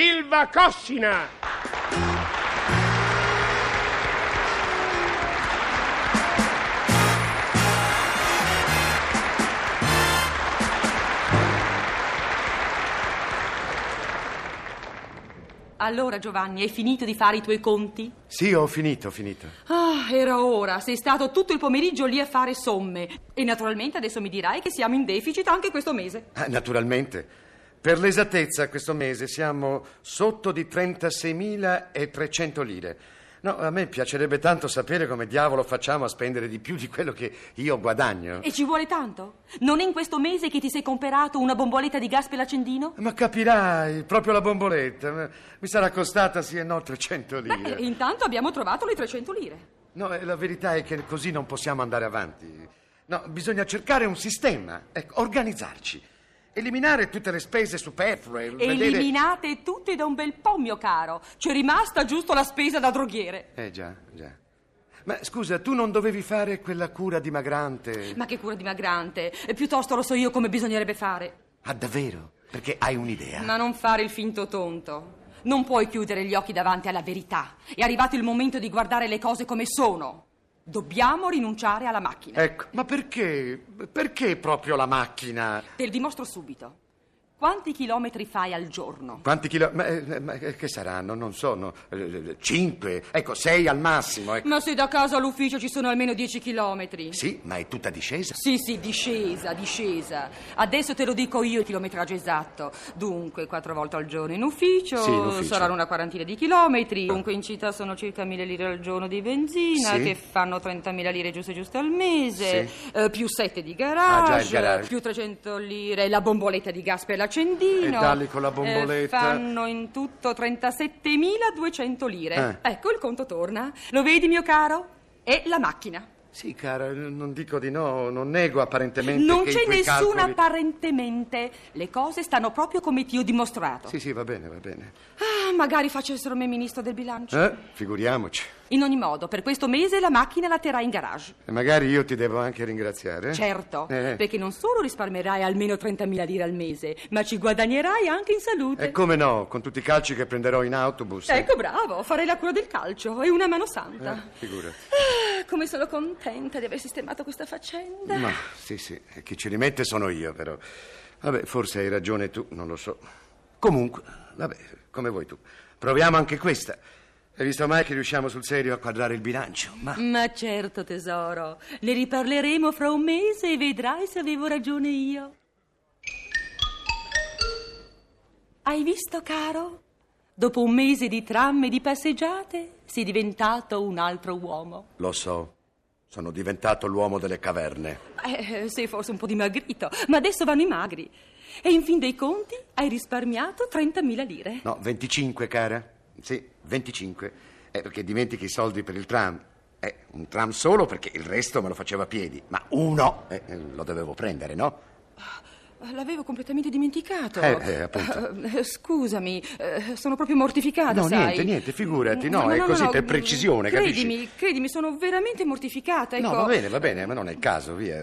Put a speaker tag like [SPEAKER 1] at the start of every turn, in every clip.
[SPEAKER 1] Silva Coscina.
[SPEAKER 2] Allora, Giovanni, hai finito di fare i tuoi conti?
[SPEAKER 3] Sì, ho finito, ho finito.
[SPEAKER 2] Ah, era ora. Sei stato tutto il pomeriggio lì a fare somme. E naturalmente adesso mi dirai che siamo in deficit anche questo mese.
[SPEAKER 3] Ah, Naturalmente, per l'esattezza, questo mese siamo sotto di 36.300 lire. No, a me piacerebbe tanto sapere come diavolo facciamo a spendere di più di quello che io guadagno.
[SPEAKER 2] E ci vuole tanto? Non è in questo mese che ti sei comperato una bomboletta di gas per l'accendino?
[SPEAKER 3] Ma capirai, proprio la bomboletta eh, mi sarà costata sì e no 300
[SPEAKER 2] Beh,
[SPEAKER 3] lire.
[SPEAKER 2] intanto abbiamo trovato le 300 lire.
[SPEAKER 3] No, eh, la verità è che così non possiamo andare avanti. No, bisogna cercare un sistema, ecco, organizzarci, eliminare tutte le spese superflue. vedere-
[SPEAKER 2] Eliminate tutte da un bel po', mio caro. C'è rimasta giusto la spesa da droghiere.
[SPEAKER 3] Eh già, già. Ma scusa, tu non dovevi fare quella cura dimagrante?
[SPEAKER 2] Ma che cura dimagrante. E Piuttosto lo so io come bisognerebbe fare.
[SPEAKER 3] Ah, davvero? Perché hai un'idea?
[SPEAKER 2] Ma non fare il finto tonto. Non puoi chiudere gli occhi davanti alla verità. È arrivato il momento di guardare le cose come sono. Dobbiamo rinunciare alla macchina.
[SPEAKER 3] Ecco, ma perché? Perché proprio la macchina?
[SPEAKER 2] Te lo dimostro subito. Quanti chilometri fai al giorno?
[SPEAKER 3] Quanti chilo... Ma, eh, ma che saranno? Non sono. eh, Cinque, ecco, sei al massimo. ecco.
[SPEAKER 2] Ma se da casa all'ufficio ci sono almeno 10 chilometri.
[SPEAKER 3] Sì, ma è tutta discesa.
[SPEAKER 2] Sì, sì, discesa, discesa. Adesso te lo dico io il chilometraggio esatto. Dunque, quattro volte al giorno in ufficio,
[SPEAKER 3] Sì, in ufficio.
[SPEAKER 2] saranno una quarantina di chilometri. Dunque in città sono circa 1000 lire al giorno di benzina,
[SPEAKER 3] Sì.
[SPEAKER 2] che fanno 30.000 lire giuste giuste al mese,
[SPEAKER 3] Sì.
[SPEAKER 2] eh, più 7 di
[SPEAKER 3] Ah,
[SPEAKER 2] garage,
[SPEAKER 3] già, il garage.
[SPEAKER 2] più 300 lire la bomboletta di gas per l'accendino.
[SPEAKER 3] E dalli con la
[SPEAKER 2] Eh,
[SPEAKER 3] bomboletta.
[SPEAKER 2] fanno in tutto 37.200 lire.
[SPEAKER 3] Eh.
[SPEAKER 2] Ecco, il conto torna. Lo vedi, mio caro? È la macchina.
[SPEAKER 3] Sì, cara, non dico di no, non nego apparentemente.
[SPEAKER 2] Non
[SPEAKER 3] che i
[SPEAKER 2] c'è
[SPEAKER 3] tuoi
[SPEAKER 2] nessun
[SPEAKER 3] calcoli-
[SPEAKER 2] apparentemente. Le cose stanno proprio come ti ho dimostrato.
[SPEAKER 3] Sì, sì, va bene, va bene.
[SPEAKER 2] Ah, magari facessero me ministro del bilancio.
[SPEAKER 3] Eh? Figuriamoci.
[SPEAKER 2] In ogni modo, per questo mese la macchina la terrai in garage.
[SPEAKER 3] E magari io ti devo anche ringraziare. eh?
[SPEAKER 2] Certo,
[SPEAKER 3] Eh.
[SPEAKER 2] perché non solo risparmierai almeno 30.000 lire al mese, ma ci guadagnerai anche in salute.
[SPEAKER 3] E come no, con tutti i calci che prenderò in autobus.
[SPEAKER 2] Ecco, bravo, farei la cura del calcio e una mano santa.
[SPEAKER 3] Eh, figurati. Eh.
[SPEAKER 2] Ah, come sono contenta di aver sistemato questa faccenda.
[SPEAKER 3] No, sì, sì, chi ci rimette sono io, però. Vabbè, forse hai ragione tu, non lo so. Comunque, vabbè, come vuoi tu. Proviamo anche questa. Hai visto mai che riusciamo sul serio a quadrare il bilancio? Ma
[SPEAKER 2] Ma certo, tesoro, ne riparleremo fra un mese e vedrai se avevo ragione io. Hai visto, caro? Dopo un mese di tram e di passeggiate, sei diventato un altro uomo.
[SPEAKER 3] lo so, sono diventato l'uomo delle caverne.
[SPEAKER 2] Eh, sei forse un po' dimagrito, ma adesso vanno i magri. E in fin dei conti hai risparmiato 30.000 lire.
[SPEAKER 3] No, 25, cara. Sì, 25. Eh, perché dimentichi i soldi per il tram. Eh, un tram solo perché il resto me lo facevo a piedi. Ma uno eh, lo dovevo prendere, no?
[SPEAKER 2] L'avevo completamente dimenticato.
[SPEAKER 3] Eh, eh, appunto.
[SPEAKER 2] Eh, scusami, eh, sono proprio mortificata,
[SPEAKER 3] No,
[SPEAKER 2] sai.
[SPEAKER 3] niente, niente, figurati, no, è così per precisione, capisci?
[SPEAKER 2] Credimi, credimi, sono veramente mortificata, ecco.
[SPEAKER 3] No, va bene, va bene, ma non è il caso, via.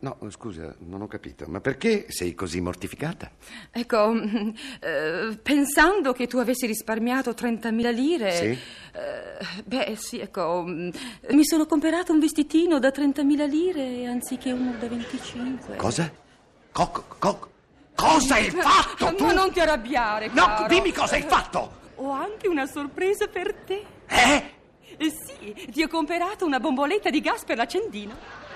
[SPEAKER 3] No, scusa, non ho capito. Ma perché sei così mortificata?
[SPEAKER 2] Ecco, mm, eh, pensando che tu avessi risparmiato 30.000 lire...
[SPEAKER 3] Sì.
[SPEAKER 2] eh, beh, sì, ecco, mm, mi sono comperato un vestitino da 30.000 lire anziché uno da 25.
[SPEAKER 3] Cosa? Co- co- co- cosa hai fatto tu?
[SPEAKER 2] Ma non ti arrabbiare,
[SPEAKER 3] No,
[SPEAKER 2] caro.
[SPEAKER 3] dimmi cosa hai fatto!
[SPEAKER 2] Ho anche una sorpresa per te.
[SPEAKER 3] Eh?
[SPEAKER 2] Eh sì, ti ho comperato una bomboletta di gas per l'accendino.